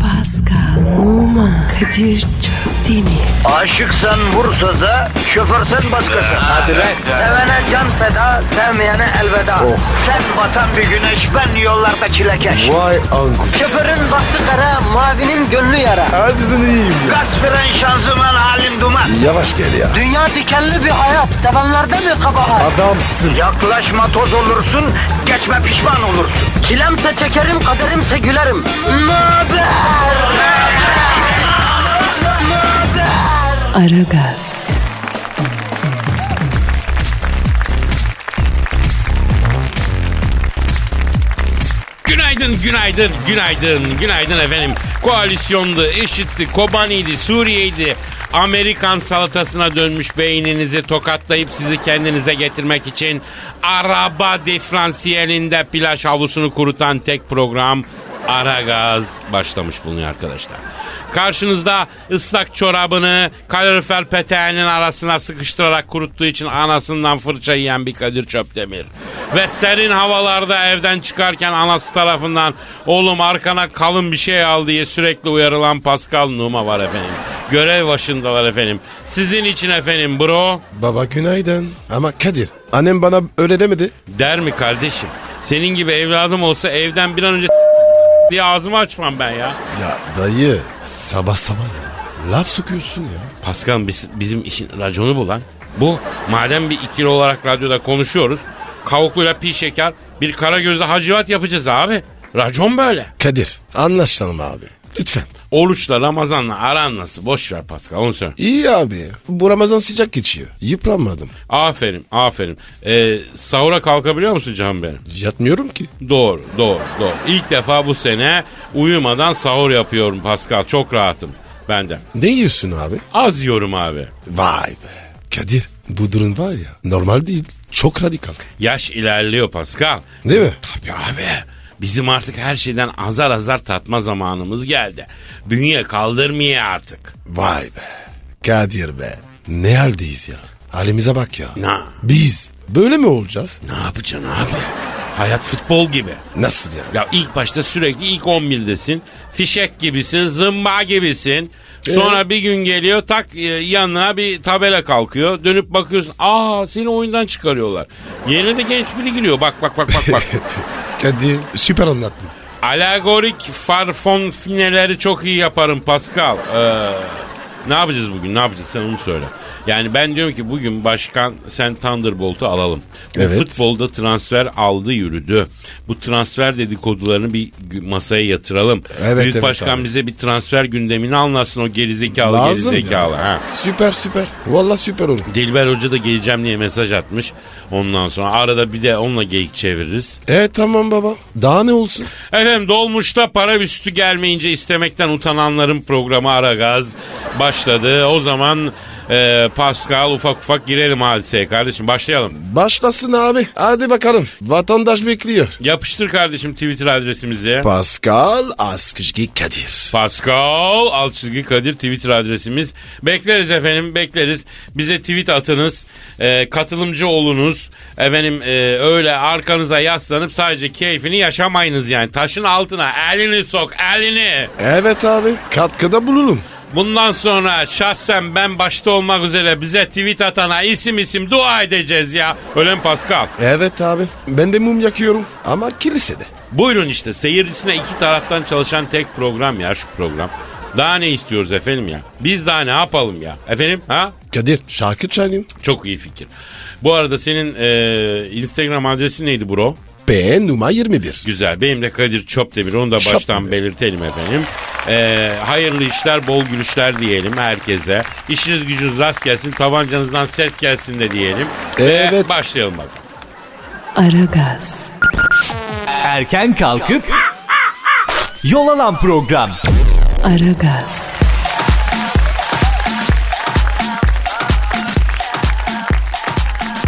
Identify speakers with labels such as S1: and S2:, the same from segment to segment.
S1: Pascal, Oman, Kadir çok değil mi?
S2: Aşıksan vursa da şoförsen başkasın. Hadi
S3: lan.
S2: Sevene can feda, sevmeyene elveda. Sen batan bir güneş, ben yollarda çilekeş.
S3: Vay anku.
S2: Şoförün baktı kara, mavinin gönlü yara.
S3: Hadi sen iyiyim ya.
S2: Kasperen şanzıman halin duman.
S3: Yavaş gel ya.
S2: Dünya dikenli bir hayat, sevenlerde mi kabahar?
S3: Adamsın.
S2: Yaklaşma toz olursun, geçme pişman olursun. Çilemse çekerim, kaderimse gülerim. Möber!
S1: Aragaz,
S4: Günaydın, günaydın, günaydın, günaydın efendim. Koalisyondu, eşitti, Kobani'ydi, Suriye'ydi. Amerikan salatasına dönmüş beyninizi tokatlayıp sizi kendinize getirmek için araba diferansiyelinde plaj havlusunu kurutan tek program Ara Gaz başlamış bulunuyor arkadaşlar. Karşınızda ıslak çorabını kalorifer peteğinin arasına sıkıştırarak kuruttuğu için anasından fırça yiyen bir Kadir Çöptemir. Ve serin havalarda evden çıkarken anası tarafından oğlum arkana kalın bir şey al diye sürekli uyarılan Pascal Numa var efendim. Görev başındalar efendim. Sizin için efendim bro.
S3: Baba günaydın. Ama Kadir. Annem bana öyle demedi.
S4: Der mi kardeşim? Senin gibi evladım olsa evden bir an önce diye ağzımı açmam ben ya.
S3: Ya dayı sabah sabah ya. Laf sokuyorsun ya.
S4: Pascal biz- bizim işin raconu bu lan. Bu madem bir ikili olarak radyoda konuşuyoruz. Kavukluyla pi şeker bir kara gözle hacivat yapacağız abi. Racon böyle.
S3: Kadir anlaşalım abi. Lütfen.
S4: Oruçla Ramazan'la aran nasıl? Boş ver Pascal onu söyle.
S3: İyi abi. Bu Ramazan sıcak geçiyor. Yıpranmadım.
S4: Aferin aferin. Ee, sahura kalkabiliyor musun canım benim?
S3: Yatmıyorum ki.
S4: Doğru doğru doğru. İlk defa bu sene uyumadan sahur yapıyorum Pascal. Çok rahatım ben de.
S3: Ne yiyorsun abi?
S4: Az yiyorum abi.
S3: Vay be. Kadir bu durum var ya normal değil. Çok radikal.
S4: Yaş ilerliyor Pascal.
S3: Değil mi?
S4: Tabii abi. Bizim artık her şeyden azar azar tatma zamanımız geldi. Bünye kaldırmıyor artık.
S3: Vay be. Kadir be. Ne haldeyiz ya. Halimize bak ya.
S4: Na.
S3: Biz böyle mi olacağız?
S4: Ne yapacaksın abi? Hayat futbol gibi.
S3: Nasıl yani?
S4: Ya ilk başta sürekli ilk 11'desin. Fişek gibisin, zımba gibisin.
S3: Ee?
S4: Sonra bir gün geliyor tak e, yanına bir tabela kalkıyor. Dönüp bakıyorsun. Aa seni oyundan çıkarıyorlar. Yerine de genç biri giriyor. Bak bak bak bak bak.
S3: Kadir süper anlattın.
S4: Alegorik farfon fineleri çok iyi yaparım Pascal. Ee, ne yapacağız bugün? Ne yapacağız? Sen onu söyle. Yani ben diyorum ki bugün başkan sen Thunderbolt'u alalım. Bu
S3: Evet.
S4: Futbolda transfer aldı yürüdü. Bu transfer dedikodularını bir gü- masaya yatıralım.
S3: Evet,
S4: Büyük
S3: evet
S4: başkan
S3: abi.
S4: bize bir transfer gündemini anlatsın o gerizekalı
S3: Lazım
S4: gerizekalı. Ha.
S3: Süper süper. Valla süper olur.
S4: Dilber Hoca da geleceğim diye mesaj atmış. Ondan sonra arada bir de onunla geyik çeviririz.
S3: E tamam baba. Daha ne olsun?
S4: Efendim dolmuşta para üstü gelmeyince istemekten utananların programı Aragaz başladı. O zaman e, Pascal ufak ufak girelim hadiseye kardeşim başlayalım.
S3: Başlasın abi. Hadi bakalım. Vatandaş bekliyor.
S4: Yapıştır kardeşim Twitter adresimizi.
S3: Pascal Askışki Kadir.
S4: Pascal Alçızgı Kadir Twitter adresimiz. Bekleriz efendim bekleriz. Bize tweet atınız. e, katılımcı olunuz. Efendim e, öyle arkanıza yaslanıp sadece keyfini yaşamayınız yani. Taşın altına elini sok elini.
S3: Evet abi. Katkıda bulunun.
S4: Bundan sonra şahsen ben başta olmak üzere bize tweet atana isim isim dua edeceğiz ya. Öyle mi Pascal?
S3: Evet abi. Ben de mum yakıyorum. Ama kilisede.
S4: Buyurun işte seyircisine iki taraftan çalışan tek program ya şu program. Daha ne istiyoruz efendim ya? Biz daha ne yapalım ya? Efendim ha?
S3: Kadir şarkı çalayım.
S4: Çok iyi fikir. Bu arada senin e, Instagram adresi neydi bro?
S3: B numara 21.
S4: Güzel. Benim de Kadir Çöpdemir. Onu da baştan
S3: Çöpdemir.
S4: belirtelim efendim. Ee, hayırlı işler, bol gülüşler diyelim herkese. İşiniz gücünüz rast gelsin, tabancanızdan ses gelsin de diyelim. Ve
S3: Evet.
S4: başlayalım bakalım.
S1: Aragaz,
S5: Erken kalkıp yol alan program.
S1: Aragaz,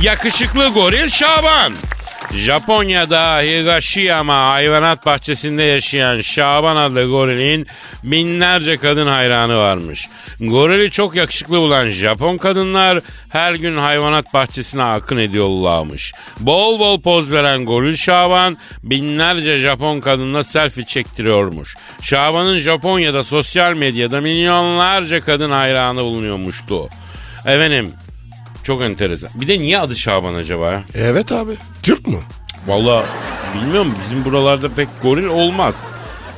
S4: Yakışıklı goril Şaban. Japonya'da Higashiyama hayvanat bahçesinde yaşayan Şaban adlı gorilin binlerce kadın hayranı varmış. Gorili çok yakışıklı bulan Japon kadınlar her gün hayvanat bahçesine akın ediyorlarmış. Bol bol poz veren goril Şaban binlerce Japon kadınla selfie çektiriyormuş. Şaban'ın Japonya'da sosyal medyada milyonlarca kadın hayranı bulunuyormuştu. Efendim çok enteresan. Bir de niye adı Şaban acaba ya?
S3: Evet abi. Türk mü?
S4: Valla bilmiyorum bizim buralarda pek goril olmaz.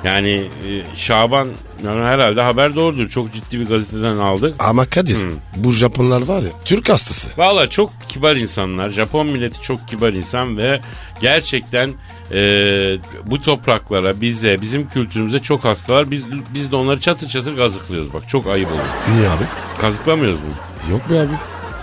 S4: Yani e, Şaban yani herhalde haber doğrudur. Çok ciddi bir gazeteden aldık.
S3: Ama Kadir
S4: Hmm.
S3: bu Japonlar var ya Türk hastası.
S4: Valla çok kibar insanlar. Japon milleti çok kibar insan ve gerçekten e, bu topraklara, bize, bizim kültürümüze çok hastalar. Biz biz de onları çatır çatır kazıklıyoruz. Bak çok ayıp oluyor.
S3: Niye abi?
S4: Kazıklamıyoruz mu?
S3: Yok be abi.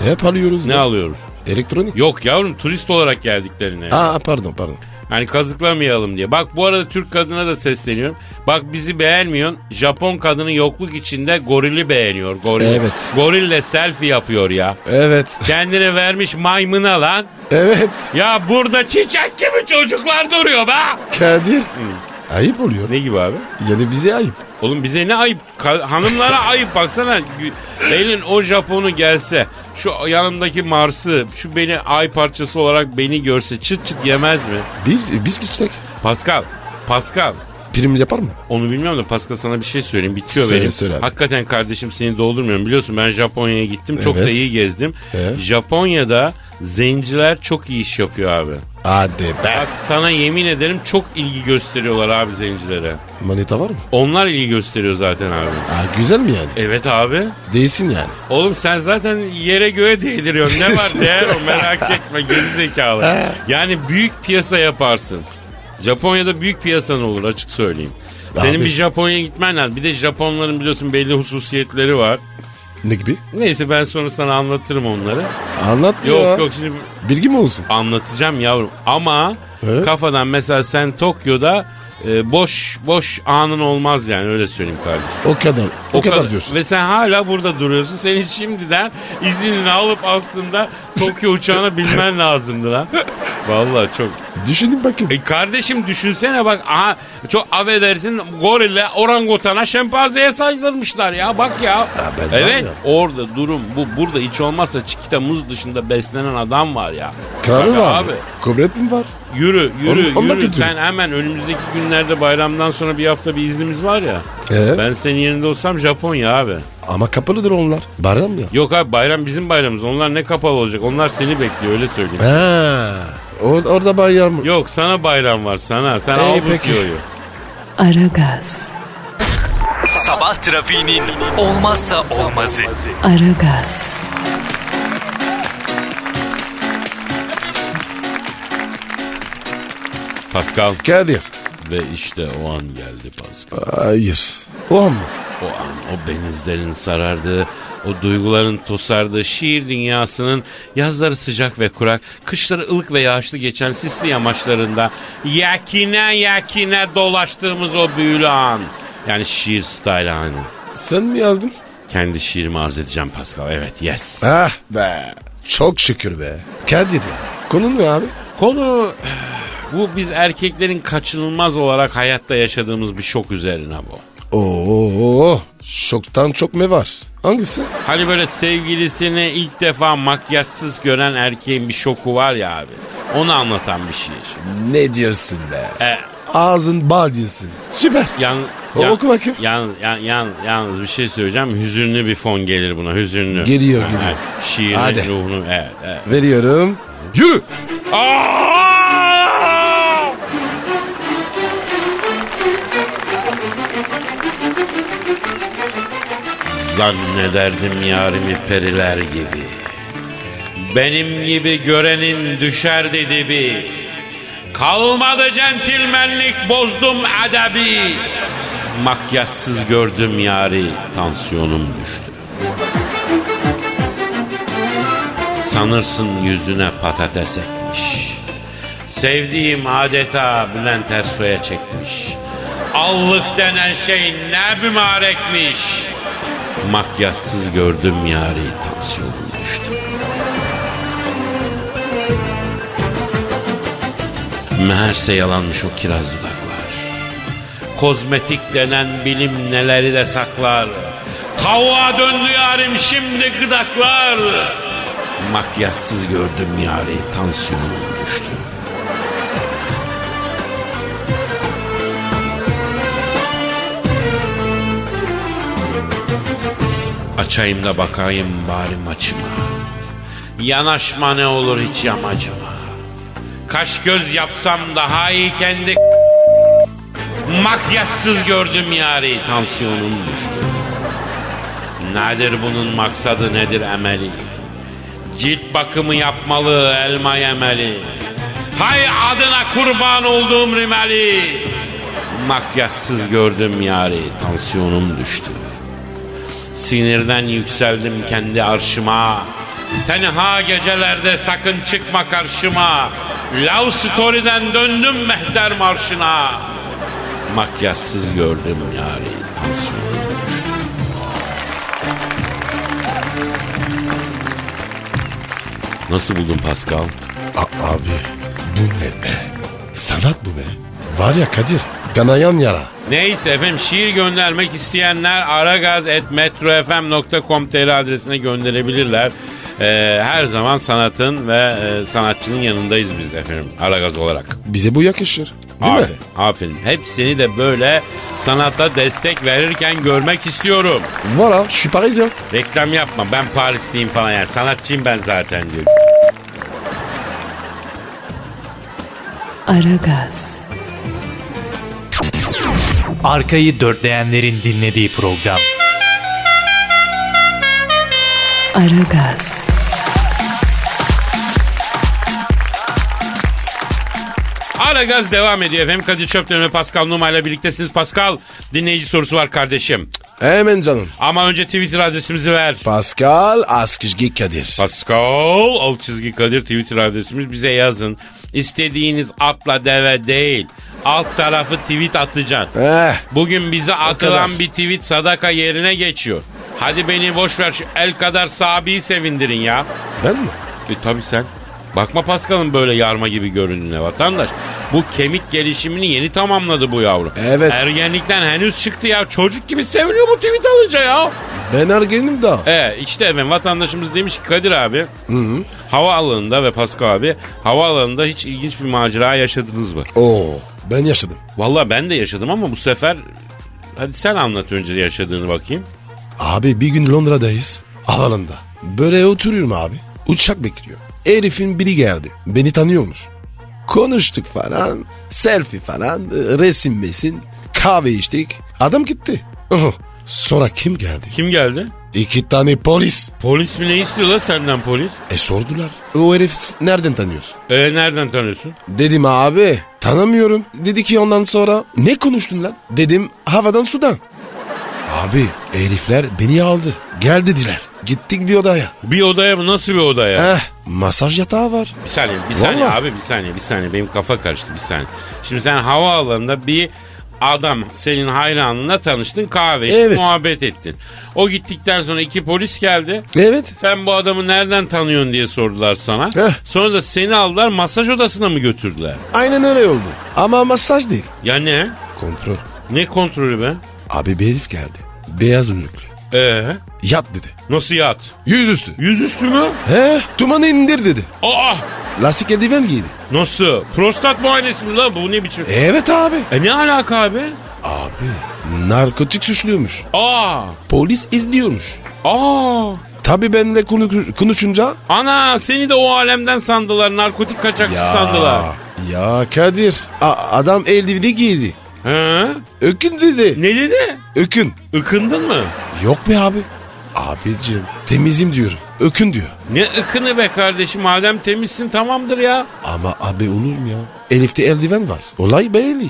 S3: Hep alıyoruz.
S4: Ne
S3: be.
S4: alıyoruz?
S3: Elektronik.
S4: Yok yavrum turist olarak geldiklerine.
S3: Aa pardon pardon.
S4: Hani kazıklamayalım diye. Bak bu arada Türk kadına da sesleniyorum. Bak bizi beğenmiyorsun. Japon kadını yokluk içinde gorili beğeniyor. Goril.
S3: Evet.
S4: Gorille selfie yapıyor ya.
S3: Evet.
S4: Kendine vermiş maymuna lan.
S3: Evet.
S4: Ya burada çiçek gibi çocuklar duruyor be.
S3: Kadir. Ayıp oluyor.
S4: Hmm. Ne gibi abi?
S3: Yani bize ayıp.
S4: Oğlum bize ne ayıp. Ka- hanımlara ayıp baksana. Gü- Benim o Japon'u gelse şu yanımdaki Mars'ı şu beni ay parçası olarak beni görse çıt çıt yemez mi?
S3: Biz biz gitsek
S4: Pascal. Pascal.
S3: prim yapar mı?
S4: Onu bilmiyorum da Pascal sana bir şey söyleyeyim. Bitiyor
S3: Söyle,
S4: benim.
S3: söyle abi.
S4: Hakikaten kardeşim seni doldurmuyorum. Biliyorsun ben Japonya'ya gittim. Çok
S3: Evet.
S4: da iyi gezdim.
S3: Evet.
S4: Japonya'da zenciler çok iyi iş yapıyor abi.
S3: Hadi be.
S4: Bak sana yemin ederim çok ilgi gösteriyorlar abi zencilere.
S3: Manita var mı?
S4: Onlar ilgi gösteriyor zaten abi.
S3: Aa, güzel mi yani?
S4: Evet abi.
S3: Değilsin yani.
S4: Oğlum sen zaten yere göğe değdiriyorsun. Ne var değer o merak etme geri zekalı. Yani büyük piyasa yaparsın. Japonya'da büyük piyasan olur açık söyleyeyim. Senin
S3: Abi.
S4: bir Japonya'ya gitmen lazım. Bir de Japonların biliyorsun belli hususiyetleri var.
S3: Ne gibi?
S4: Neyse ben sonra sana anlatırım onları.
S3: Anlat
S4: Yok
S3: ya.
S4: yok şimdi
S3: Bilgi mi olsun?
S4: anlatacağım yavrum. Ama
S3: Evet.
S4: kafadan mesela sen Tokyo'da e, boş boş anın olmaz yani öyle söyleyeyim kardeşim.
S3: O kadar. O, kadar,
S4: kadar-
S3: diyorsun.
S4: Ve sen hala burada duruyorsun. Senin şimdiden izinini alıp aslında Tokyo uçağına binmen lazımdı lan. Vallahi çok.
S3: Düşünün bakayım.
S4: E kardeşim düşünsene bak aha çok affedersin gorille orangutana şempanzeye saydırmışlar ya bak ya.
S3: ben var
S4: evet
S3: ya.
S4: orada durum bu burada hiç olmazsa çikita muz dışında beslenen adam var ya.
S3: Kralı
S4: Tabii
S3: var. Abi. Kobretin var.
S4: Yürü yürü
S3: Onu- onu da
S4: yürü.
S3: götürün.
S4: Sen hemen önümüzdeki günlerde bayramdan sonra bir hafta bir iznimiz var ya.
S3: Ee?
S4: Ben senin yerinde olsam Japonya abi.
S3: Ama kapalıdır onlar. Bayram ya.
S4: Yok abi bayram bizim bayramımız. Onlar ne kapalı olacak? Onlar seni bekliyor öyle söyleyeyim.
S3: Ha. Or orada bayram.
S4: Yok sana bayram var sana. Sen
S3: İyi,
S4: al bu
S3: peki.
S4: tüyoyu.
S1: Aragaz,
S5: Sabah trafiğinin olmazsa olmazı.
S1: Aragaz,
S4: Pascal
S3: Kadir.
S4: ve işte o an geldi Pascal.
S3: Hayır. O an mı?
S4: O an o benizlerin sarardığı, o duyguların tosardığı şiir dünyasının yazları sıcak ve kurak, kışları ılık ve yağışlı geçen sisli yamaçlarında yakine yakine dolaştığımız o büyülü an. Yani şiir style anı.
S3: Sen mi yazdın?
S4: Kendi şiirimi arz edeceğim Pascal. Evet yes.
S3: Ah be. Çok şükür be. Kadir ya. Konun ne abi?
S4: Konu bu biz erkeklerin kaçınılmaz olarak hayatta yaşadığımız bir şok üzerine bu.
S3: Oo. Şoktan çok mu var? Hangisi?
S4: Hani böyle sevgilisini ilk defa makyajsız gören erkeğin bir şoku var ya abi. Onu anlatan bir şiir.
S3: Ne diyorsun be?
S4: E,
S3: Ağzın bal diyorsun. Süper.
S4: yan,
S3: O oku bakayım.
S4: Yan, yan, yan, yalnız bir şey söyleyeceğim. Hüzünlü bir fon gelir buna. Hüzünlü.
S3: Geliyor,
S4: Ha,
S3: geliyor.
S4: ha, Şiirin
S3: Hadi.
S4: ruhunu. Evet, evet.
S3: Veriyorum. Yürü.
S4: Aa! Zannederdim yarimi periler gibi. Benim gibi görenin düşer dibi. Kalmadı centilmenlik bozdum edebi. Makyajsız gördüm yari tansiyonum düştü. Sanırsın yüzüne patates ekmiş. Sevdiğim adeta Bülent Ersoy'a çekmiş. Allık denen şey ne bümarekmiş. Makyajsız gördüm yari taksiyonum düştü. Meğerse yalanmış o kiraz dudaklar. Kozmetik denen bilim neleri de saklar. Tavuğa döndü yarim şimdi gıdaklar. Makyajsız gördüm yarim tansiyonum düştü. Açayım da bakayım bari maçıma. Yanaşma ne olur hiç yamacıma. Kaş göz yapsam daha iyi kendi Makyajsız gördüm yari tansiyonum düştü. Nedir bunun maksadı nedir emeli? Cilt bakımı yapmalı elma yemeli. Hay adına kurban olduğum rimeli. Makyajsız gördüm yari tansiyonum düştü. Sinirden yükseldim kendi arşıma. Tenha gecelerde sakın çıkma karşıma. Love Story'den döndüm mehter marşına. Makyajsız gördüm yari tansiyonum düştü. Nasıl buldun Pascal?
S3: A- abi bu ne be? Sanat bu be. Var ya Kadir. Kanayan yara.
S4: Neyse efendim şiir göndermek isteyenler aragaz.metrofm.com.tr adresine gönderebilirler. Ee, her zaman sanatın ve e, sanatçının yanındayız biz efendim Aragaz olarak.
S3: Bize bu yakışır. Değil
S4: aferin,
S3: mi?
S4: aferin. Hepsini de böyle sanatta destek verirken görmek istiyorum.
S3: Voilà, je suis parisien.
S4: Reklam yapma ben Parisliyim falan yani sanatçıyım ben zaten diyor.
S1: Aragaz,
S5: Arkayı dörtleyenlerin dinlediği program.
S1: Aragaz,
S4: Ara gaz devam ediyor efendim. Kadir Çöpten ve Pascal Numa ile birliktesiniz. Pascal dinleyici sorusu var kardeşim.
S3: Hemen canım.
S4: Ama önce Twitter adresimizi ver.
S3: Pascal Askışgi Kadir.
S4: Pascal alt çizgi Kadir Twitter adresimiz bize yazın. İstediğiniz atla deve değil. Alt tarafı tweet atacaksın.
S3: Eh,
S4: Bugün bize atılan
S3: kadar.
S4: bir tweet sadaka yerine geçiyor. Hadi beni boş ver şu el kadar sabiyi sevindirin ya.
S3: ben mi?
S4: E tabi sen. Bakma Pascal'ın böyle yarma gibi göründüğüne vatandaş. Bu kemik gelişimini yeni tamamladı bu yavru.
S3: Evet.
S4: Ergenlikten henüz çıktı ya. Çocuk gibi seviniyor bu tweet alınca ya.
S3: Ben ergenim daha.
S4: E işte efendim vatandaşımız demiş ki Kadir abi havaalanında ve Pascal abi havaalanında hiç ilginç bir macera yaşadınız mı?
S3: Oo, ben yaşadım.
S4: Valla ben de yaşadım ama bu sefer hadi sen anlat önce yaşadığını bakayım.
S3: Abi bir gün Londra'dayız. Havalanda. Böyle oturuyorum abi. Uçak bekliyor. Herifin biri geldi. Beni tanıyormuş. Konuştuk falan. Selfie falan. e, Resim besin. Kahve içtik. Adam gitti. Oho. Sonra kim geldi?
S4: Kim geldi?
S3: İki tane polis.
S4: Polis mi ne istiyor la senden polis?
S3: E sordular. O herif nereden tanıyorsun?
S4: E nereden tanıyorsun?
S3: Dedim abi tanımıyorum. Dedi ki ondan sonra ne konuştun lan? Dedim havadan sudan. Abi herifler beni aldı. Gel dediler. Gittik bir odaya.
S4: Bir odaya mı nasıl bir odaya?
S3: Eh masaj yatağı var.
S4: Bir saniye, bir saniye
S3: Vallahi.
S4: abi bir saniye, bir saniye. Benim kafa karıştı bir saniye. Şimdi sen havaalanında bir adam senin hayranına tanıştın kahve içtin,
S3: Evet.
S4: muhabbet ettin. O gittikten sonra iki polis geldi.
S3: Evet.
S4: Sen bu adamı nereden tanıyorsun diye sordular sana.
S3: Heh.
S4: Sonra da seni aldılar masaj odasına mı götürdüler?
S3: Aynen öyle oldu. Ama masaj değil.
S4: Ya ne?
S3: Kontrol.
S4: Ne kontrolü be?
S3: Abi bir herif geldi. Beyaz önlüklü.
S4: Ee,
S3: Yat dedi.
S4: nasıl yat?
S3: Yüzüstü.
S4: Yüzüstü mü?
S3: He tumanı indir dedi.
S4: Aa,
S3: Lastik eldiven giydi.
S4: nasıl? Prostat muayenesi mi lan bu ne biçim?
S3: Evet abi.
S4: E ne alaka abi?
S3: Abi narkotik suçluyormuş.
S4: Aa,
S3: Polis izliyormuş.
S4: aa.
S3: Tabii benimle konu- konuşunca
S4: Ana seni de o alemden sandılar. Narkotik kaçakçı sandılar.
S3: Ya Kadir. a- adam eldiveni giydi.
S4: He?
S3: Ökün dedi.
S4: Ne dedi?
S3: Ökün.
S4: Ikındın mı?
S3: Yok be abi. Abicim temizim diyorum. Ökün diyor.
S4: Ne ıkını be kardeşim madem temizsin tamamdır ya.
S3: Ama abi olur mu ya? Elif'te eldiven var. Olay belli.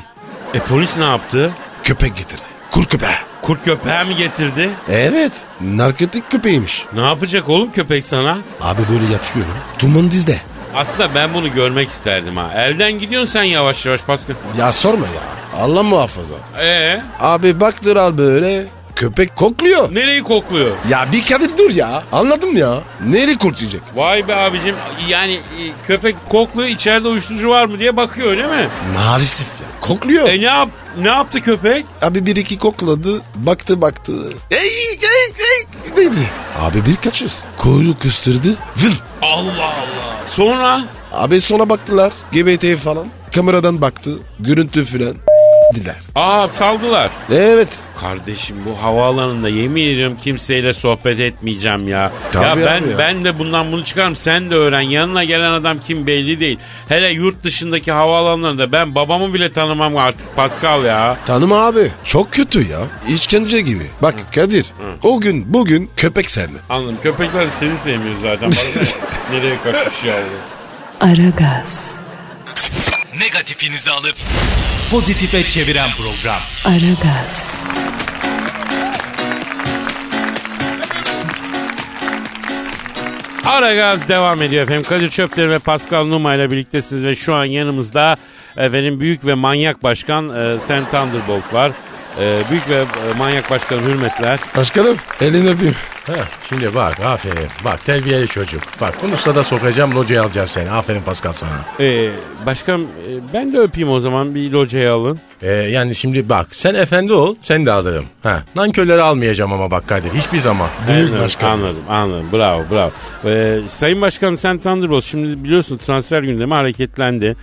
S4: E polis ne yaptı?
S3: Köpek getirdi. Kur köpeği.
S4: Kurt köpeği mi getirdi?
S3: Evet. Narkotik köpeğiymiş.
S4: Ne yapacak oğlum köpek sana?
S3: Abi böyle yatıyorum. Tuman dizde.
S4: Aslında ben bunu görmek isterdim ha. Elden gidiyorsun sen yavaş yavaş Pascal.
S3: Ya sorma ya. Allah muhafaza.
S4: Ee,
S3: Abi baktılar böyle. Köpek kokluyor.
S4: Nereyi kokluyor?
S3: Ya bir Kadir dur ya. Anladım ya. Nereye koklayacak?
S4: Vay be abicim yani e, köpek kokluyor içeride uyuşturucu var mı diye bakıyor öyle mi?
S3: Maalesef ya. Kokluyor.
S4: E ne, yap ne yaptı köpek?
S3: Abi bir iki kokladı. Baktı baktı. Ey ey ey dedi. Abi bir kaçır. Kuyruk üstürdü. Vır.
S4: Allah Allah. Sonra?
S3: Abi sonra baktılar. GBT falan. Kameradan baktı. Görüntü filan. Diler.
S4: Aa saldılar.
S3: Evet.
S4: Kardeşim bu havaalanında yemin ediyorum kimseyle sohbet etmeyeceğim ya.
S3: Tabii
S4: ya
S3: abi
S4: ben
S3: ya.
S4: ben de bundan bunu çıkarım sen de öğren. Yanına gelen adam kim belli değil. Hele yurt dışındaki havaalanlarında ben babamı bile tanımam artık Pascal ya.
S3: Tanım abi. Çok kötü ya. İşkence gibi. Bak Kadir. O gün bugün köpek sevme.
S4: Anladım köpekler seni sevmiyor zaten. Bana ne- Nereye kaçmış yavrum.
S1: Aragaz,
S5: Negatifinizi alıp pozitife çeviren program.
S1: Aragaz,
S4: Ara gaz devam ediyor efendim. Kadir Çöpleri ve Pascal Numa ile birliktesiniz ve şu an yanımızda efendim büyük ve manyak başkan e, Sam Thunderbolt var. E, büyük ve e, manyak başkan hürmetler.
S3: Başkanım elini öpeyim.
S6: Heh, Eh, şimdi bak aferin. Bak terbiyeli çocuk. Bak bunu da sokacağım locaya alacağım seni. Aferin Pascal sana.
S4: E, başkan e, ben de öpeyim o zaman bir locaya alın.
S6: Ee, yani şimdi bak sen efendi ol seni de alırım. Ha, nankörleri almayacağım ama bak Kadir hiçbir zaman.
S4: anladım, Anladım anladım bravo bravo. E, Sayın Başkan Sam Thunderbolt şimdi biliyorsun transfer gündemi hareketlendi.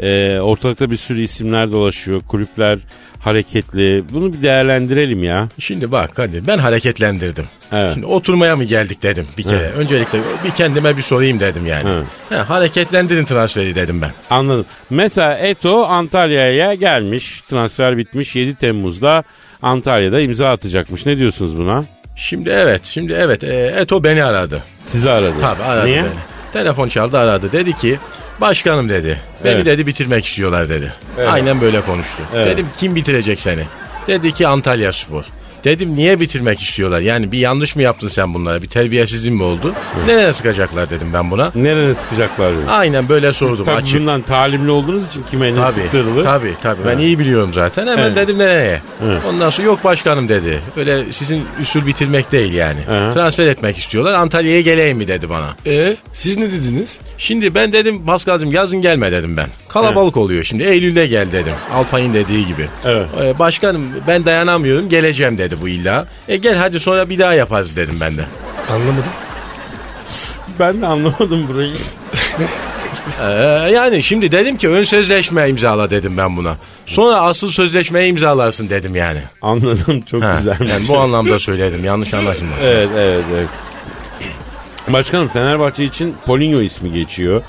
S4: E, ortalıkta bir sürü isimler dolaşıyor. Kulüpler hareketli. Bunu bir değerlendirelim ya.
S6: Şimdi bak Kadir ben hareketlendirdim.
S4: Evet.
S6: Şimdi oturmaya mı geldik dedim bir kere. Öncelikle bir kendime bir sorayım dedim yani. Ha, hareketlendirin transferi dedim ben.
S4: Anladım. Mesela Eto Antalya'ya gelmiş. Transfer bitmiş 7 Temmuz'da Antalya'da imza atacakmış. Ne diyorsunuz buna?
S6: Şimdi evet şimdi evet e, Eto beni aradı.
S4: Sizi aradı.
S6: Tabii aradı
S4: Niye?
S6: beni. Telefon çaldı aradı. Dedi ki başkanım dedi. Beni
S4: Evet.
S6: dedi bitirmek istiyorlar dedi. Aynen böyle konuştu.
S4: Evet.
S6: Dedim kim bitirecek seni? Dedi ki Antalya Spor. Dedim niye bitirmek istiyorlar? Yani bir yanlış mı yaptın sen bunlara? Bir terbiyesizlik mi oldu? Nereye sıkacaklar dedim ben buna.
S4: Nereye sıkacaklar? beni?
S6: Aynen böyle sordum
S4: Tabii
S6: açık.
S4: bundan talimli olduğunuz için kime ne
S6: Tabii,
S4: sıktırılır?
S6: tabii tabii ben iyi biliyorum zaten hemen
S4: Evet.
S6: dedim nereye
S4: Evet.
S6: ondan sonra yok başkanım dedi öyle sizin üsül bitirmek değil yani
S4: Evet.
S6: transfer etmek istiyorlar Antalya'ya geleyim mi dedi bana
S3: E siz ne dediniz?
S6: Şimdi ben dedim Paskal'cığım yazın gelme dedim ben. Kalabalık oluyor şimdi Eylül'de gel dedim. Alpay'ın dediği gibi.
S4: Evet.
S6: Ee, başkanım ben dayanamıyorum geleceğim dedi bu illa. E gel hadi sonra bir daha yaparız dedim ben de.
S3: Anlamadım.
S4: Ben de anlamadım burayı.
S6: Ee, yani şimdi dedim ki ön sözleşme imzala dedim ben buna. Sonra asıl sözleşmeyi imzalarsın dedim yani.
S4: Anladım çok
S6: Ha,
S4: güzel.
S6: yani bu anlamda söyledim yanlış anlaşılmasın.
S4: Evet evet evet. Başkanım Fenerbahçe için Poligno ismi geçiyor.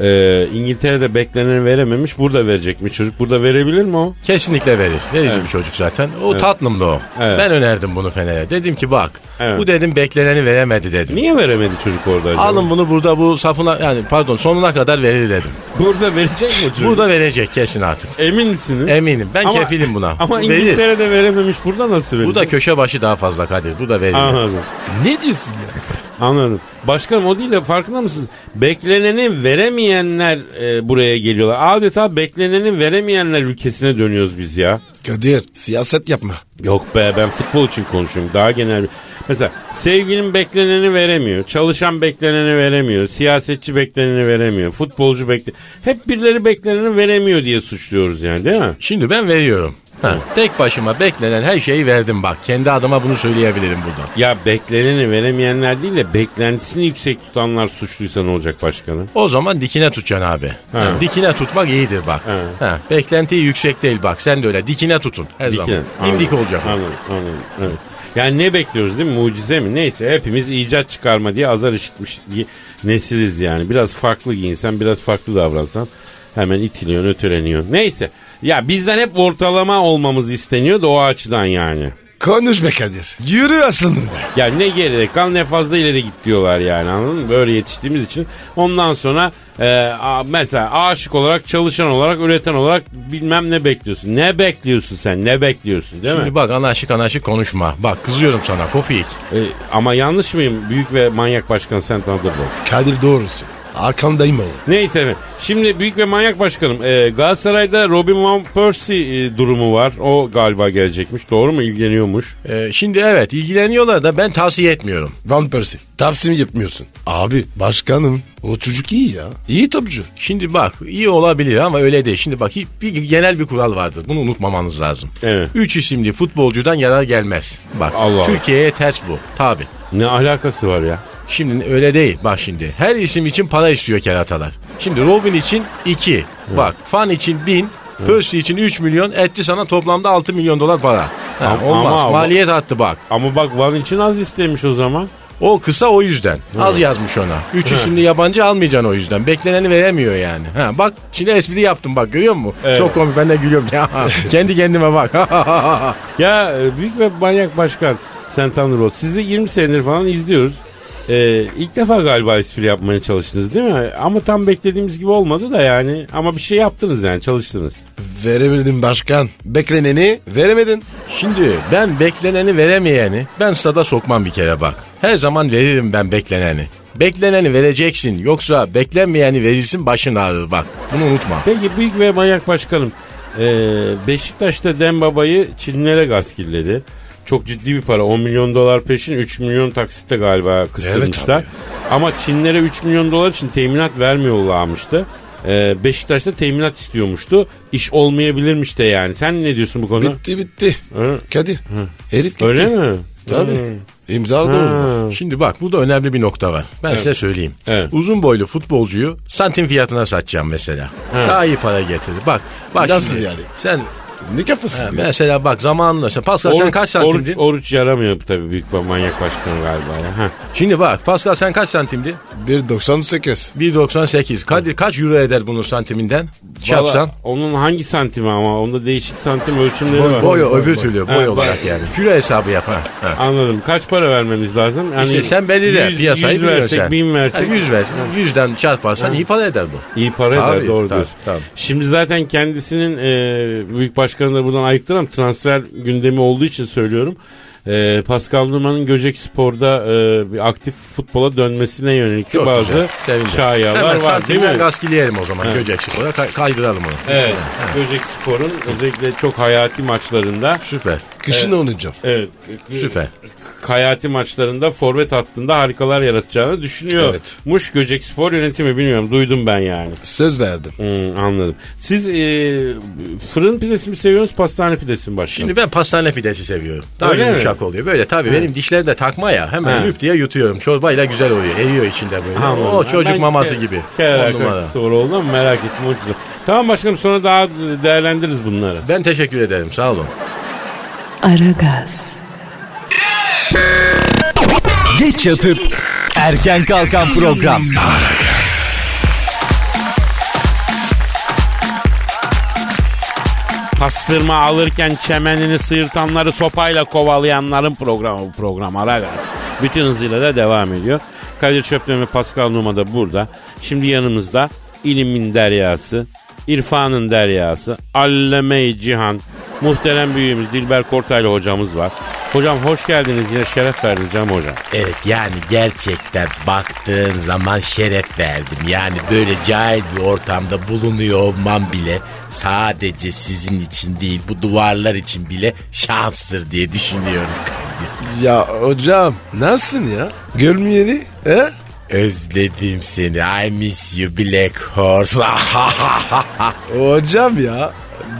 S4: Ee, İngiltere'de bekleneni verememiş. Burada verecekmiş çocuk. Burada verebilir mi o?
S6: Kesinlikle verir. Verici bir çocuk zaten. O tatlımdı o.
S4: Evet.
S6: Ben önerdim bunu Fener'e. Dedim ki bak
S4: Evet.
S6: bu dedim bekleneni veremedi dedim.
S4: Niye veremedi çocuk orada acaba?
S6: Alın bunu burada bu safına yani pardon sonuna kadar verir dedim.
S4: Burada verecek mi o çocuk?
S6: Burada verecek kesin artık.
S4: Emin misiniz?
S6: Eminim. Ben
S4: Ama-
S6: kefilim buna.
S4: Ama
S6: Bu verir.
S4: İngiltere'de verememiş. Burada nasıl verir?
S6: Bu da köşe başı daha fazla Kadir. Bu da verir.
S4: Anladım.
S3: Ne diyorsun ya?
S4: Anladım. Başkanım o değil de farkında mısınız? Bekleneni veremeyenler e, buraya geliyorlar. Adeta bekleneni veremeyenler ülkesine dönüyoruz biz ya.
S3: Kadir siyaset yapma.
S4: Yok be ben futbol için konuşuyorum. Daha genel. bir- Mesela sevgilin bekleneni veremiyor. Çalışan bekleneni veremiyor. Siyasetçi bekleneni veremiyor. Futbolcu bekle. Hep birileri bekleneni veremiyor diye suçluyoruz yani değil mi?
S6: Şimdi ben veriyorum. Ha, tek başıma beklenen her şeyi verdim bak. Kendi adıma bunu söyleyebilirim buradan.
S4: Ya bekleneni veremeyenler değil de beklentisini yüksek tutanlar suçluysa ne olacak başkanım?
S6: O zaman dikine tutacaksın abi. Yani dikine tutmak iyidir bak.
S4: He.
S6: Ha, beklenti yüksek değil bak. Sen de öyle dikine tutun her
S4: Dikine.
S6: zaman. İmdik olacak.
S4: Anladım, anladım. Evet. Yani ne bekliyoruz değil mi? Mucize mi? Neyse hepimiz icat çıkarma diye azar işitmiş diye nesiliz yani. Biraz farklı giyinsen, biraz farklı davransan hemen itiliyor, öteleniyor. Neyse. Ya bizden hep ortalama olmamız isteniyor da o açıdan yani.
S3: Konuş be Kadir. Yürü aslında.
S4: Ya ne geride kal ne fazla ileri git diyorlar yani anladın mı? Böyle yetiştiğimiz için. Ondan sonra e, a- mesela aşık olarak, çalışan olarak, üreten olarak bilmem ne bekliyorsun. Ne bekliyorsun sen? Ne bekliyorsun değil mi?
S6: Şimdi bak anaşık anaşık konuşma. Bak kızıyorum sana kopik.
S4: E, ama yanlış mıyım? Büyük ve manyak başkan sen tanıdın bu.
S3: Kadir doğrusu. Arkandayım oğlum.
S4: Neyse efendim. Şimdi büyük ve manyak başkanım. e, Galatasaray'da Robin Van Persie e, durumu var. O galiba gelecekmiş. Doğru mu? İlgileniyormuş.
S6: Ee, şimdi evet ilgileniyorlar da ben tavsiye etmiyorum.
S3: Van Persie. Tavsiye yapmıyorsun. Abi başkanım o çocuk iyi ya. İyi topçu.
S6: Şimdi bak iyi olabilir ama öyle değil. Şimdi bak bir genel bir kural vardır. Bunu unutmamanız lazım.
S4: Evet.
S6: Üç isimli futbolcudan yarar gelmez. Bak
S4: Allah Allah.
S6: Türkiye'ye ters bu. Tabi.
S4: Ne alakası var ya?
S6: Şimdi öyle değil. Bak şimdi her isim için para istiyor keratalar. Şimdi Robin için 2. Bak Fan için 1000. Percy için 3 milyon etti sana toplamda 6 milyon dolar para. Ha,
S4: Ama-
S6: olmaz.
S4: ama-
S6: Maliyet attı bak.
S4: Ama bak Van için az istemiş o zaman.
S6: O kısa o yüzden. Az yazmış ona. 3 isimli yabancı almayacaksın o yüzden. Bekleneni veremiyor yani. Ha, bak şimdi espri yaptım bak görüyor musun? Çok komik ben de gülüyorum. Ya, kendi kendime bak.
S4: Ya e, büyük ve manyak başkan Sen Tanrı Sizi 20 senedir falan izliyoruz. E, ilk defa galiba espri yapmaya çalıştınız değil mi? Ama tam beklediğimiz gibi olmadı da yani. Ama bir şey yaptınız yani çalıştınız.
S3: Verebildin başkan. Bekleneni veremedin.
S6: Şimdi ben bekleneni veremeyeni ben sada sokmam bir kere bak. Her zaman veririm ben bekleneni. Bekleneni vereceksin yoksa beklenmeyeni verirsin başın ağrır bak. Bunu unutma.
S4: Peki büyük ve manyak başkanım. e, Beşiktaş'ta Dem Baba'yı Çinlere gaskilledi. Çok ciddi bir para. 10 milyon dolar peşin 3 milyon taksitte galiba kıstırmışlar.
S3: Evet
S4: Ama Çinlere 3 milyon dolar için teminat vermiyorlarmıştı. E, Beşiktaş'ta teminat istiyormuştu. İş olmayabilirmiş de yani. Sen ne diyorsun bu konuda?
S3: Bitti bitti.
S4: Hı.
S3: Kadir. Herif gitti.
S4: Öyle mi?
S3: Tabii. İmzaladı onu.
S6: Şimdi bak burada önemli bir nokta var. Ben size söyleyeyim.
S4: Evet.
S6: Uzun boylu futbolcuyu santim fiyatına satacağım mesela. Daha iyi para getirir. Bak bak
S3: Nasıl
S6: şimdi
S3: yani?
S6: Sen
S3: Ne kafası?
S6: ha,
S3: bu ya?
S6: mesela bak zamanında sen Pascal sen kaç santimdin?
S4: oruç, oruç yaramıyor tabii büyük bir manyak başkanı galiba ya. Heh.
S6: Şimdi bak Pascal sen kaç santimdi?
S3: 1.98.
S6: 1.98. Kadir kaç euro eder bunun santiminden? Çarpsan.
S4: Valla Onun hangi santimi ama onda değişik santim ölçümleri
S3: Boy-
S4: var.
S6: Boyu
S3: Boy,
S6: öbür
S3: boy.
S6: türlü
S4: Evet,
S6: boy olarak yani. Kilo hesabı yap ha. ha.
S4: Anladım. Kaç para vermemiz lazım? Yani
S6: İşte sen belirle piyasayı
S4: 100
S6: biliyorsun
S4: Hani versek,
S6: sen.
S4: 1000 versek.
S6: Ha, 100 versek. 100'den çarparsan iyi para eder bu.
S4: İyi para
S6: Tabii,
S4: eder doğru
S6: tabii,
S4: diyorsun.
S6: tabii.
S4: Şimdi zaten kendisinin e, büyük başkanı da buradan ayıktıram. Transfer gündemi olduğu için söylüyorum. E, Pascal Numan'ın Göcek Spor'da e, bir aktif futbola dönmesine yönelik
S6: Çok
S4: bazı
S6: güzel. Sevindim.
S4: şayalar
S6: Hemen
S4: var değil mi?
S6: santimden gaskileyelim o zaman. Göcek spora kay- kaydıralım onu.
S4: Evet.
S6: İkisini.
S4: Göcek Spor'un özellikle çok hayati maçlarında
S6: Süper.
S3: Kışın oynayacağım.
S4: Evet.
S6: Süper.
S4: Hayati maçlarında forvet hattında harikalar yaratacağını düşünüyor.
S3: Evet.
S4: Muş Göcek Spor yönetimi bilmiyorum. Duydum ben yani.
S3: Söz verdim.
S4: Hmm, anladım. Siz e, fırın pidesi mi seviyorsunuz pastane pidesi mi başkanım?
S6: Şimdi ben pastane pidesi seviyorum. Daha
S4: Öyle mi?
S6: yumuşak oluyor. Böyle tabii benim dişlerim de takma ya. Hemen
S4: Ha.
S6: lüp diye yutuyorum. Çorbayla güzel oluyor. Eriyor içinde böyle.
S4: Anladım.
S6: o çocuk
S4: Ben
S6: maması
S4: ke-
S6: gibi.
S4: Kere
S6: On numara.
S4: soru oldu ama merak etme. o güzel. Tamam başkanım sonra daha değerlendiririz bunları.
S6: Ben teşekkür ederim. Sağ olun.
S1: Aragaz,
S5: Geç yatıp erken kalkan program.
S4: Pastırma alırken çemenini sıyırtanları sopayla kovalayanların programı bu program Aragaz. Bütün hızıyla da devam ediyor. Kadir Çöpten ve Pascal Numa da burada. Şimdi yanımızda ilimin deryası, irfanın deryası, alleme cihan, muhterem büyüğümüz Dilber Kortaylı hocamız var. Hocam hoş geldiniz yine şeref verdiniz Cem hocam.
S7: Evet yani gerçekten baktığın zaman şeref verdim. Yani böyle cahil bir ortamda bulunuyor olmam bile sadece sizin için değil bu duvarlar için bile şanstır diye düşünüyorum.
S3: Ya hocam nasılsın ya? Görmeyeli. He?
S7: Özledim seni. I miss you black horse.
S3: Hocam ya.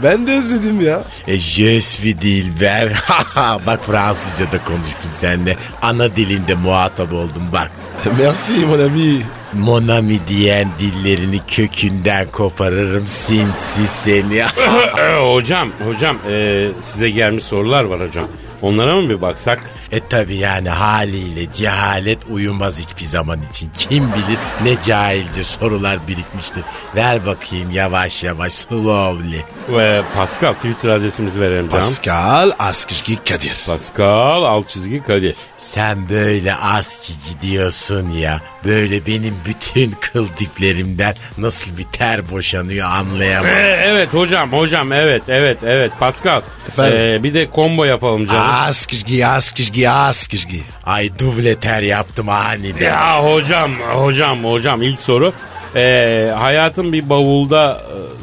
S3: Ben de özledim ya.
S7: e, je suis Dilber. bak Fransızca da konuştum seninle. Ana dilinde muhatap oldum bak.
S3: Merci mon ami.
S7: Monami diyen dillerini kökünden koparırım sinsi seni.
S4: hocam, hocam e, size gelmiş sorular var hocam. Onlara mı bir baksak?
S7: E tabi yani haliyle cehalet uyumaz hiçbir zaman için. Kim bilir ne cahilce sorular birikmiştir. Ver bakayım yavaş yavaş slowly.
S4: Ve Pascal Twitter adresimizi verelim canım.
S3: Pascal Askışki Kadir.
S4: Pascal alt çizgi Kadir.
S7: Sen böyle askici diyorsun ya. Böyle benim bütün kıldıklarımdan nasıl bir ter boşanıyor anlayamam.
S4: Ee, evet hocam hocam evet evet evet Pascal.
S3: Efendim?
S4: Ee, bir de combo yapalım canım.
S3: Az kişgi, az kişgi, az kişgi.
S6: Ay dubleter yaptım aniden.
S4: Ya hocam, hocam, hocam ilk soru. Ee, hayatın bir bavulda e,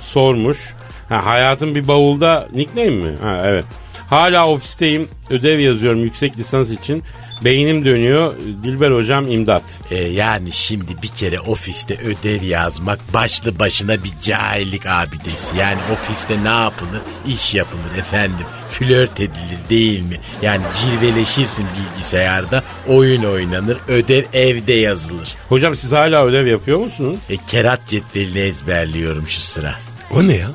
S4: sormuş. Ha, hayatın bir bavulda nickname mi? Ha, evet. Hala ofisteyim, ödev yazıyorum yüksek lisans için. Beynim dönüyor, Dilber hocam imdat.
S6: E, yani şimdi bir kere ofiste ödev yazmak başlı başına bir cahillik abidesi. Yani ofiste ne yapılır? İş yapılır efendim. Flört edilir değil mi? Yani cilveleşirsin bilgisayarda, oyun oynanır, ödev evde yazılır.
S4: Hocam siz hala ödev yapıyor musunuz?
S6: E, kerat cetvelini ezberliyorum şu sıra.
S3: O ne ya?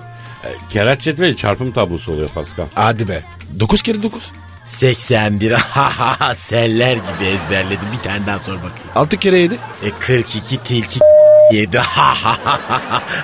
S4: E, Kerat cetveli çarpım tablosu oluyor Pascal.
S3: Hadi be. 9 kere 9.
S6: 81 seller gibi ezberledim. Bir tane daha sor bakayım.
S3: 6 kere 7.
S6: E 42 tilki yedi.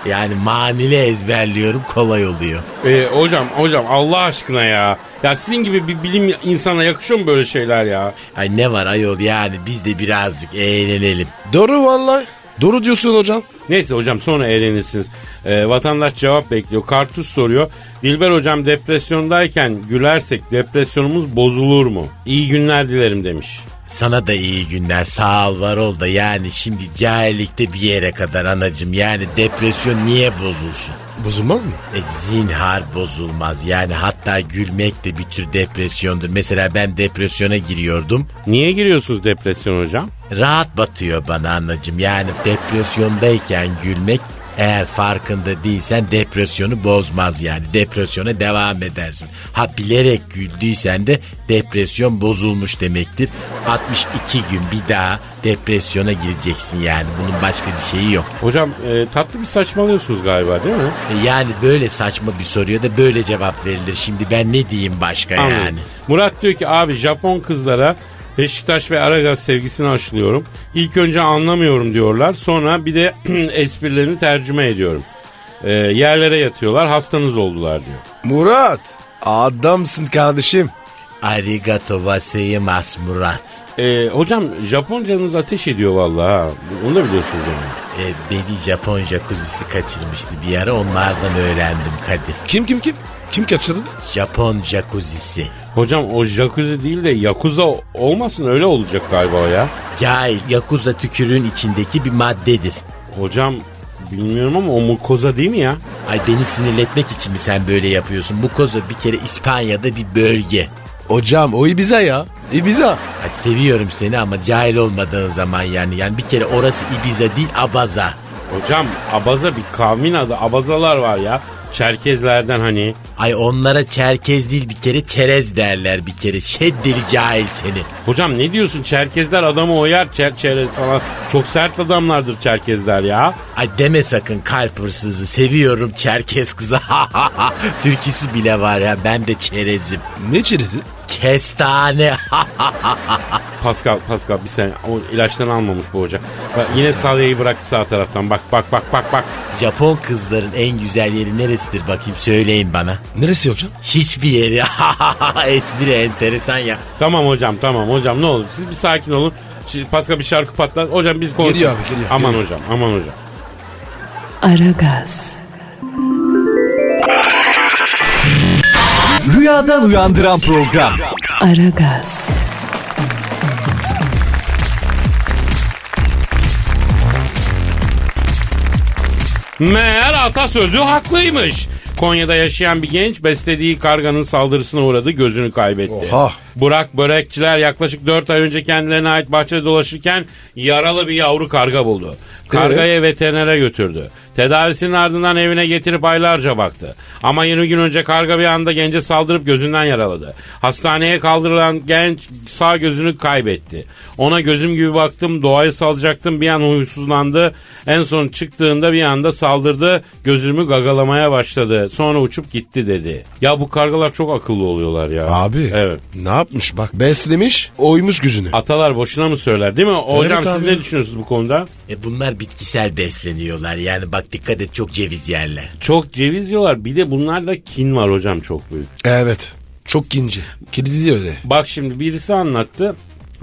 S6: yani manili ezberliyorum kolay oluyor.
S4: E, hocam, hocam Allah aşkına ya. Ya sizin gibi bir bilim insana yakışıyor mu böyle şeyler ya?
S6: Ay ne var ayol yani biz de birazcık eğlenelim.
S3: Doğru vallahi. Doğru diyorsun hocam.
S4: Neyse hocam sonra eğlenirsiniz. Ee, vatandaş cevap bekliyor. Kartuş soruyor. Dilber hocam depresyondayken gülersek depresyonumuz bozulur mu? İyi günler dilerim demiş.
S6: Sana da iyi günler sağ ol var ol da yani şimdi cahillikte bir yere kadar anacım yani depresyon niye bozulsun?
S3: Bozulmaz mı?
S6: E zinhar bozulmaz yani hatta gülmek de bir tür depresyondur. Mesela ben depresyona giriyordum.
S4: Niye giriyorsunuz depresyon hocam?
S6: Rahat batıyor bana anacım. Yani depresyondayken gülmek eğer farkında değilsen depresyonu bozmaz yani. Depresyona devam edersin. Ha bilerek güldüysen de depresyon bozulmuş demektir. 62 gün bir daha depresyona gireceksin yani. Bunun başka bir şeyi yok.
S4: Hocam e, tatlı bir saçmalıyorsunuz galiba değil mi?
S6: E Yani böyle saçma bir soruya da böyle cevap verilir. Şimdi ben ne diyeyim başka
S4: Anladım.
S6: yani?
S4: Murat diyor ki abi Japon kızlara Beşiktaş ve Aragaz sevgisini aşılıyorum. İlk önce anlamıyorum diyorlar. Sonra bir de esprilerini tercüme ediyorum. Ee, yerlere yatıyorlar hastanız oldular diyor.
S3: Murat. Adamsın kardeşim.
S6: Arigato mas Murat.
S4: Ee, hocam Japoncanız ateş ediyor vallahi. ha. Onu da biliyorsunuz yani.
S6: E, beni Japonca kuzusu kaçırmıştı bir ara onlardan öğrendim Kadir.
S3: Kim kim kim? Kim kaçırdı?
S6: Japon jacuzzi'si.
S4: Hocam o jacuzzi değil de yakuza olmasın öyle olacak galiba o ya.
S6: Cahil yakuza tükürüğün içindeki bir maddedir.
S4: Hocam bilmiyorum ama o mukoza değil mi ya?
S6: Ay beni sinirletmek için mi sen böyle yapıyorsun? Mukoza bir kere İspanya'da bir bölge.
S3: Hocam o Ibiza ya. Ibiza.
S6: Ay seviyorum seni ama cahil olmadığın zaman yani. Yani bir kere orası Ibiza değil Abaza.
S4: Hocam abaza bir kavmin adı abazalar var ya. Çerkezlerden hani.
S6: Ay onlara Çerkez değil bir kere Çerez derler bir kere. Şeddeli cahil seni.
S4: Hocam ne diyorsun Çerkezler adamı oyar çer çerez falan. Çok sert adamlardır Çerkezler ya.
S6: Ay deme sakın kalp hırsızı. Seviyorum Çerkez kızı. Türküsü bile var ya ben de çerezim.
S3: Ne çirizi?
S6: Kestane.
S4: Pascal Pascal bir saniye o ilaçtan almamış bu hoca. Bak, yine salyayı bıraktı sağ taraftan. Bak bak bak bak bak.
S6: Japon kızların en güzel yeri neresidir bakayım söyleyin bana.
S3: Neresi hocam?
S6: Hiçbir yeri. Espri enteresan ya.
S4: Tamam hocam tamam hocam ne olur siz bir sakin olun. Ç- Pascal bir şarkı patlar. Hocam biz konuşalım.
S3: Geliyor abi, geliyor,
S4: Aman hocam aman hocam.
S1: Aragaz,
S8: Rüyadan uyandıran program.
S1: Aragaz,
S4: Meğer atasözü haklıymış. Konya'da yaşayan bir genç beslediği karganın saldırısına uğradı gözünü kaybetti.
S3: Oha.
S4: Burak börekçiler yaklaşık 4 ay önce kendilerine ait bahçede dolaşırken yaralı bir yavru karga buldu. Kargayı veterinere götürdü. Tedavisinin ardından evine getirip aylarca baktı. Ama 20 gün önce karga bir anda gence saldırıp gözünden yaraladı. Hastaneye kaldırılan genç sağ gözünü kaybetti. Ona gözüm gibi baktım doğayı salacaktım bir an huysuzlandı. En son çıktığında bir anda saldırdı gözümü gagalamaya başladı. Sonra uçup gitti dedi. Ya bu kargalar çok akıllı oluyorlar ya.
S3: Abi.
S4: Evet.
S3: Ne yapmış bak beslemiş oymuş gözünü.
S4: Atalar boşuna mı söyler değil mi? Hocam siz
S3: abi.
S4: ne düşünüyorsunuz bu konuda?
S6: E bunlar bitkisel besleniyorlar yani bak dikkat et çok ceviz yerler.
S4: Çok ceviz diyorlar. Bir de bunlarda kin var hocam çok büyük.
S3: Evet. Çok ginci. Kedi diyor öyle.
S4: Bak şimdi birisi anlattı.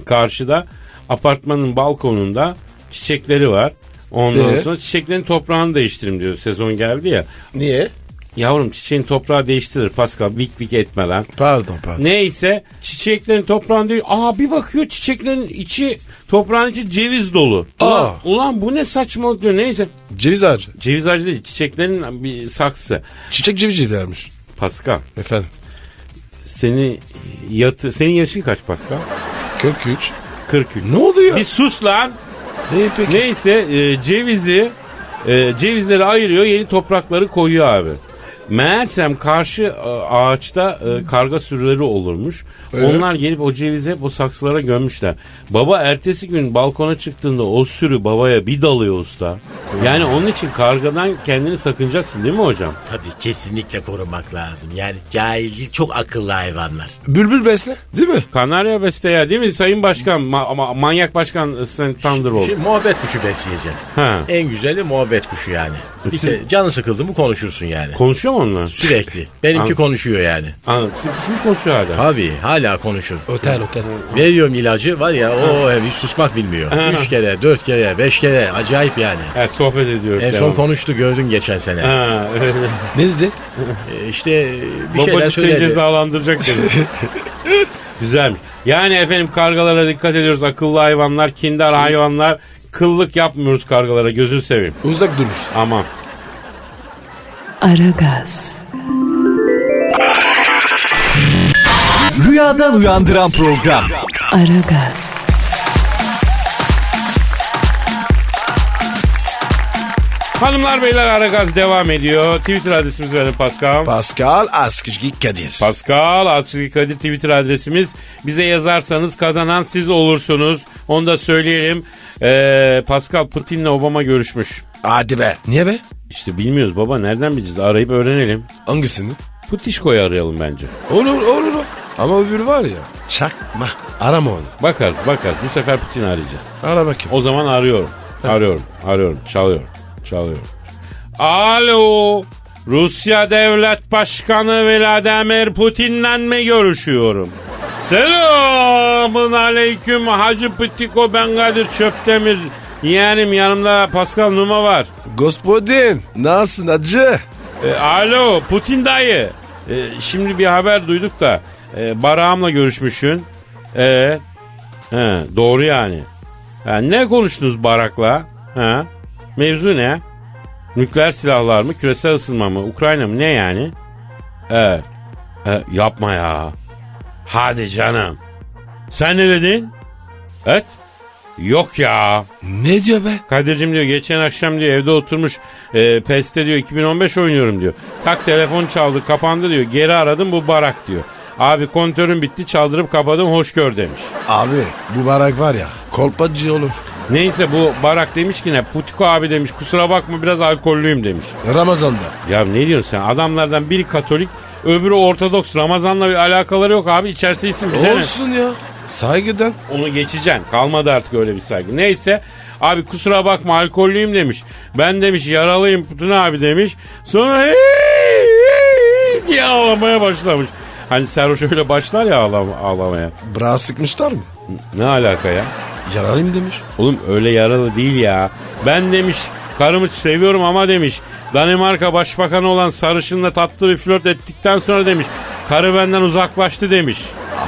S4: Karşıda apartmanın balkonunda çiçekleri var. Ondan
S3: Ee?
S4: sonra çiçeklerin toprağını değiştirim diyor. Sezon geldi ya.
S3: Niye?
S4: Yavrum çiçeğin toprağı değiştirir Pascal. Vik vik etme lan.
S3: Pardon pardon.
S4: Neyse çiçeklerin toprağın değil. Aa bir bakıyor çiçeklerin içi toprağın içi ceviz dolu. Ulan,
S3: Aa.
S4: ulan bu ne saçmalık diyor. Neyse
S3: Ceviz ağacı.
S4: ceviz ağacı değil çiçeklerin bir saksı.
S3: Çiçek cevizi dermiş.
S4: Pascal
S3: Efendim.
S4: seni yatı senin yaşın kaç Pascal?
S3: 43.
S4: 43.
S3: Ne oluyor?
S4: Bir sus lan.
S3: Ne peki?
S4: Neyse e, cevizi e, cevizleri ayırıyor yeni toprakları koyuyor abi. Meğersem karşı e, ağaçta e, karga sürüleri olurmuş. Onlar gelip o cevizi hep o saksılara gömmüşler. Baba ertesi gün balkona çıktığında o sürü babaya bir dalıyor usta. Yani onun için kargadan kendini sakınacaksın değil mi hocam?
S7: Tabii kesinlikle korumak lazım. Yani cahil değil çok akıllı hayvanlar.
S3: Bülbül besle. Değil mi?
S4: Kanarya besteya değil mi Sayın Başkan? Ma- ama manyak başkan e, sen Thunderbolt.
S6: Şimdi muhabbet kuşu besleyeceksin.
S4: Ha.
S6: En güzeli muhabbet kuşu yani. Bir de canı sıkıldı mı konuşursun yani.
S4: Konuşuyor mu onlar?
S6: Sürekli. Benimki konuşuyor yani.
S4: Anladım. Sizin kuşun konuşuyor hala.
S6: Tabii hala konuşur.
S3: Otel otel.
S6: Veriyorum ilacı var ya o hiç susmak bilmiyor. Üç kere, dört kere, beş kere acayip yani.
S4: Evet sohbet ediyoruz.
S6: En son
S4: devam.
S6: konuştu gördün geçen sene.
S4: Ha, öyle.
S3: Ne dedi?
S6: Ee, İşte bir şeyler
S4: Babacı seni
S6: söyledi.
S4: cezalandıracak dedi. Güzelmiş. Yani efendim kargalara dikkat ediyoruz. Akıllı hayvanlar, kindar hayvanlar. Kıllık yapmıyoruz kargalara gözünü seveyim.
S3: Uzak durmuş.
S4: Aman.
S1: Aragaz,
S5: Rüyadan uyandıran program.
S1: Aragaz,
S4: Hanımlar beyler Aragaz devam ediyor. Twitter adresimiz verin Pascal.
S3: Pascal Askışki Kadir.
S4: Pascal Askizgi Kadir Twitter adresimiz. Bize yazarsanız kazanan siz olursunuz. Onu da söyleyelim. Ee, Pascal Putin'le Obama görüşmüş.
S3: Hadi be. Niye be?
S4: İşte bilmiyoruz baba nereden bileceğiz arayıp öğrenelim.
S3: Hangisini?
S4: Putişko'yu arayalım bence.
S3: Olur olur. o. Ama öbürü var ya. Çakma. Arama onu.
S4: Bakarız bakarız bu sefer Putin'i arayacağız.
S3: Ara bakayım.
S4: O zaman arıyorum. Arıyorum, arıyorum, çalıyorum, çalıyorum. Alo, Rusya Devlet Başkanı Vladimir Putin'le mi görüşüyorum? Selamun aleyküm Hacı Pütiko ben Kadir Çöptemir. Yeğenim yanımda Pascal Numa var.
S3: Gospodin. Nasılsın acı?
S4: E, alo Putin dayı. E, şimdi bir haber duyduk da e, Barağım'la görüşmüşsün. E, he, doğru yani. Ha, ne konuştunuz Barak'la? Ha? Mevzu ne? Nükleer silahlar mı, küresel ısınma mı, Ukrayna mı ne yani? Evet. E, yapma ya. Hadi canım. Sen ne dedin? Evet. Yok ya.
S3: Ne diyor be?
S4: Kadir'cim diyor geçen akşam diyor evde oturmuş e, PES'te diyor 2015 oynuyorum diyor. Tak telefon çaldı kapandı diyor geri aradım bu barak diyor. Abi kontörüm bitti çaldırıp kapadım hoş gör demiş.
S3: Abi bu barak var ya. Kolpacı olur.
S4: Neyse bu barak demiş ki ne Putiko abi demiş kusura bakma biraz alkollüyüm demiş.
S3: Ramazan'da.
S4: Ya ne diyorsun sen adamlardan biri katolik öbürü ortodoks Ramazan'la bir alakaları yok abi içerisi isim bize ne?
S3: Olsun ya. Saygıdan.
S4: Onu geçeceksin. Kalmadı artık öyle bir saygı. Neyse abi kusura bakma alkollüyüm demiş. Ben demiş yaralıyım Putin abi demiş. Sonra "Hey, hey" diye ağlamaya başlamış. Hani Serhoş öyle başlar ya ağlam- ağlamaya.
S3: Bra sıkmışlar mı?
S4: Ne alaka ya?
S3: Yararım demiş.
S4: Oğlum öyle yaralı değil ya. Ben demiş karımı seviyorum ama demiş Danimarka başbakanı olan sarışınla tatlı bir flört ettikten sonra demiş karı benden uzaklaştı demiş.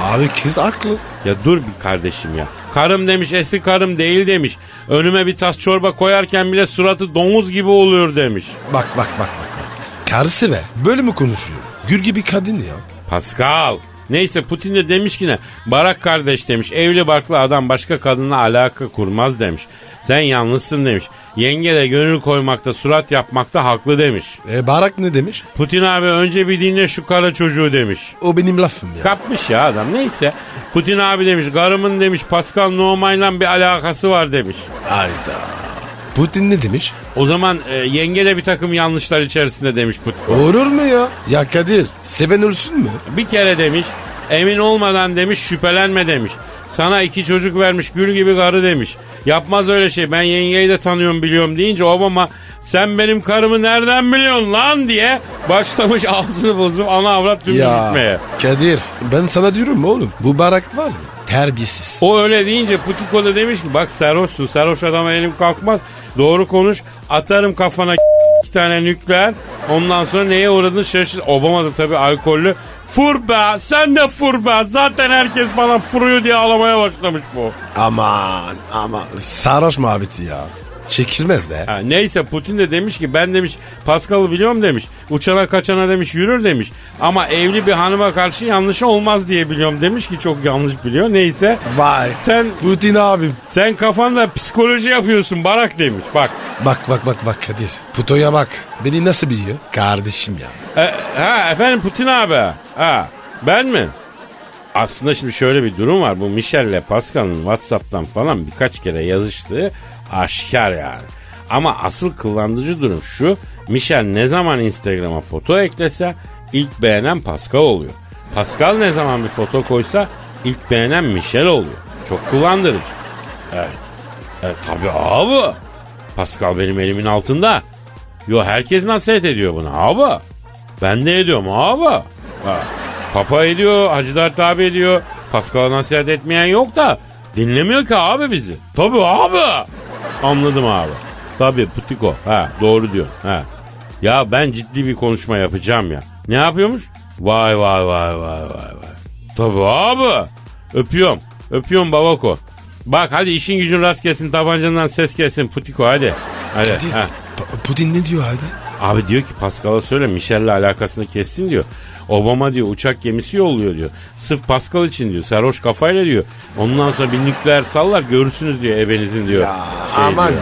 S3: Abi kız haklı.
S4: Ya dur bir kardeşim ya. Karım demiş eski karım değil demiş. Önüme bir tas çorba koyarken bile suratı domuz gibi oluyor demiş.
S3: Bak bak bak bak. bak. Karısı be. Böyle mi konuşuyor? Gür gibi kadın ya.
S4: Pascal. Neyse Putin de demiş ki ne? Barak kardeş demiş. Evli barklı adam başka kadınla alaka kurmaz demiş. Sen yalnızsın demiş. Yenge de gönül koymakta, surat yapmakta haklı demiş.
S3: E barak ne demiş?
S4: Putin abi önce bir dinle şu kara çocuğu demiş.
S3: O benim lafım ya.
S4: Kapmış ya adam. Neyse. Putin abi demiş. Karımın demiş Pascal Nohmay'la bir alakası var demiş.
S3: Hayda. Putin ne demiş?
S4: O zaman e, yenge de bir takım yanlışlar içerisinde demiş Putko.
S3: Olur mu ya? Ya Kadir seven ölsün mü?
S4: Bir kere demiş emin olmadan demiş şüphelenme demiş. Sana iki çocuk vermiş gül gibi karı demiş. Yapmaz öyle şey ben yengeyi de tanıyorum biliyorum deyince Obama sen benim karımı nereden biliyorsun lan diye başlamış ağzını bozup ana avrat dümdüz gitmeye.
S3: Kadir ben sana diyorum oğlum bu barak var ya terbiyesiz.
S4: O öyle deyince Putiko da demiş ki bak sarhoşsun sarhoş adama elim kalkmaz doğru konuş atarım kafana iki tane nükleer. Ondan sonra neye uğradığını şaşır. Obama da tabii alkollü. Fur be sen de fur be. Zaten herkes bana furuyor diye ağlamaya başlamış bu.
S3: Aman aman. Sarhoş muhabbeti ya. Çekilmez be.
S4: Ha, neyse Putin de demiş ki ben demiş Pascal'ı biliyorum demiş. Uçana kaçana demiş yürür demiş. Ama evli bir hanıma karşı yanlış olmaz diye biliyorum demiş ki çok yanlış biliyor. Neyse
S3: Vay.
S4: sen
S3: Putin abim.
S4: sen kafanda psikoloji yapıyorsun Barak demiş. Bak
S3: Bak bak bak bak Kadir. Puto'ya bak. Beni nasıl biliyor? Kardeşim ya.
S4: E, ha efendim Putin abi. Ha ben mi? Aslında şimdi şöyle bir durum var. Bu Michelle'le Pascal'ın WhatsApp'tan falan birkaç kere yazıştığı aşikar yani. Ama asıl kullanıcı durum şu. Michel ne zaman Instagram'a foto eklese ilk beğenen Pascal oluyor. Pascal ne zaman bir foto koysa ilk beğenen Michel oluyor. Çok kullandırıcı. Evet. E, tabii abi. Pascal benim elimin altında. Yo herkes nasihat ediyor buna abi. Ben de ediyorum abi. Ha. Papa ediyor, Hacı Dert abi ediyor. Pascal'a nasihat etmeyen yok da dinlemiyor ki abi bizi. Tabii abi. Anladım abi. Tabii Putiko. Ha doğru diyor. Ha. Ya ben ciddi bir konuşma yapacağım ya. Ne yapıyormuş? Vay vay vay vay vay vay. Tabii abi. Öpüyorum. Öpüyorum babako. Bak hadi işin gücün rast gelsin tabancandan ses gelsin Putiko hadi. Hadi.
S3: Kadir.
S4: ha.
S3: Pa- Putin ne diyor abi?
S4: Abi diyor ki Pascal'a söyle Michel'le alakasını kessin diyor. Obama diyor uçak gemisi yolluyor diyor. Sırf Pascal için diyor. Sarhoş kafayla diyor. Ondan sonra bir nükleer sallar görürsünüz diyor ebenizin diyor. Şey
S3: aman
S4: diyor.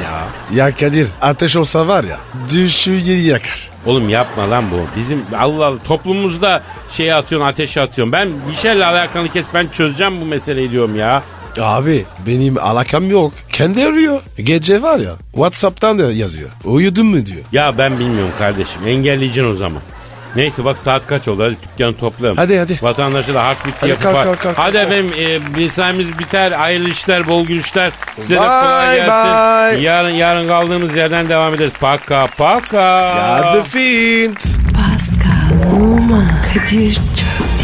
S3: ya. Ya Kadir ateş olsa var ya. Düşü yeri yakar.
S4: Oğlum yapma lan bu. Bizim Allah Allah toplumumuzda şeye atıyorsun ateş atıyorsun. Ben Michel'le alakanı kes ben çözeceğim bu meseleyi diyorum ya.
S3: Abi benim alakam yok. Kendi arıyor. Gece var ya. Whatsapp'tan da yazıyor. Uyudun mu diyor.
S4: Ya ben bilmiyorum kardeşim engelleyeceksin o zaman. Neyse bak saat kaç oldu hadi dükkanı toplayalım.
S3: Hadi, hadi.
S4: Vatandaşı da harç bitti
S3: Hadi
S4: yapıp.
S3: kalk, kalk, kalk.
S4: hadi efendim e, mesaimiz biter hayırlı işler bol gülüşler. Size de
S3: Bye,
S4: kolay gelsin.
S3: bye.
S4: Yarın yarın kaldığımız yerden devam ederiz. Paka paka.
S3: Ya the Fint.
S1: Pascal, Oman, Kadir çok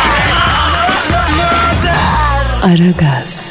S1: Aragaz.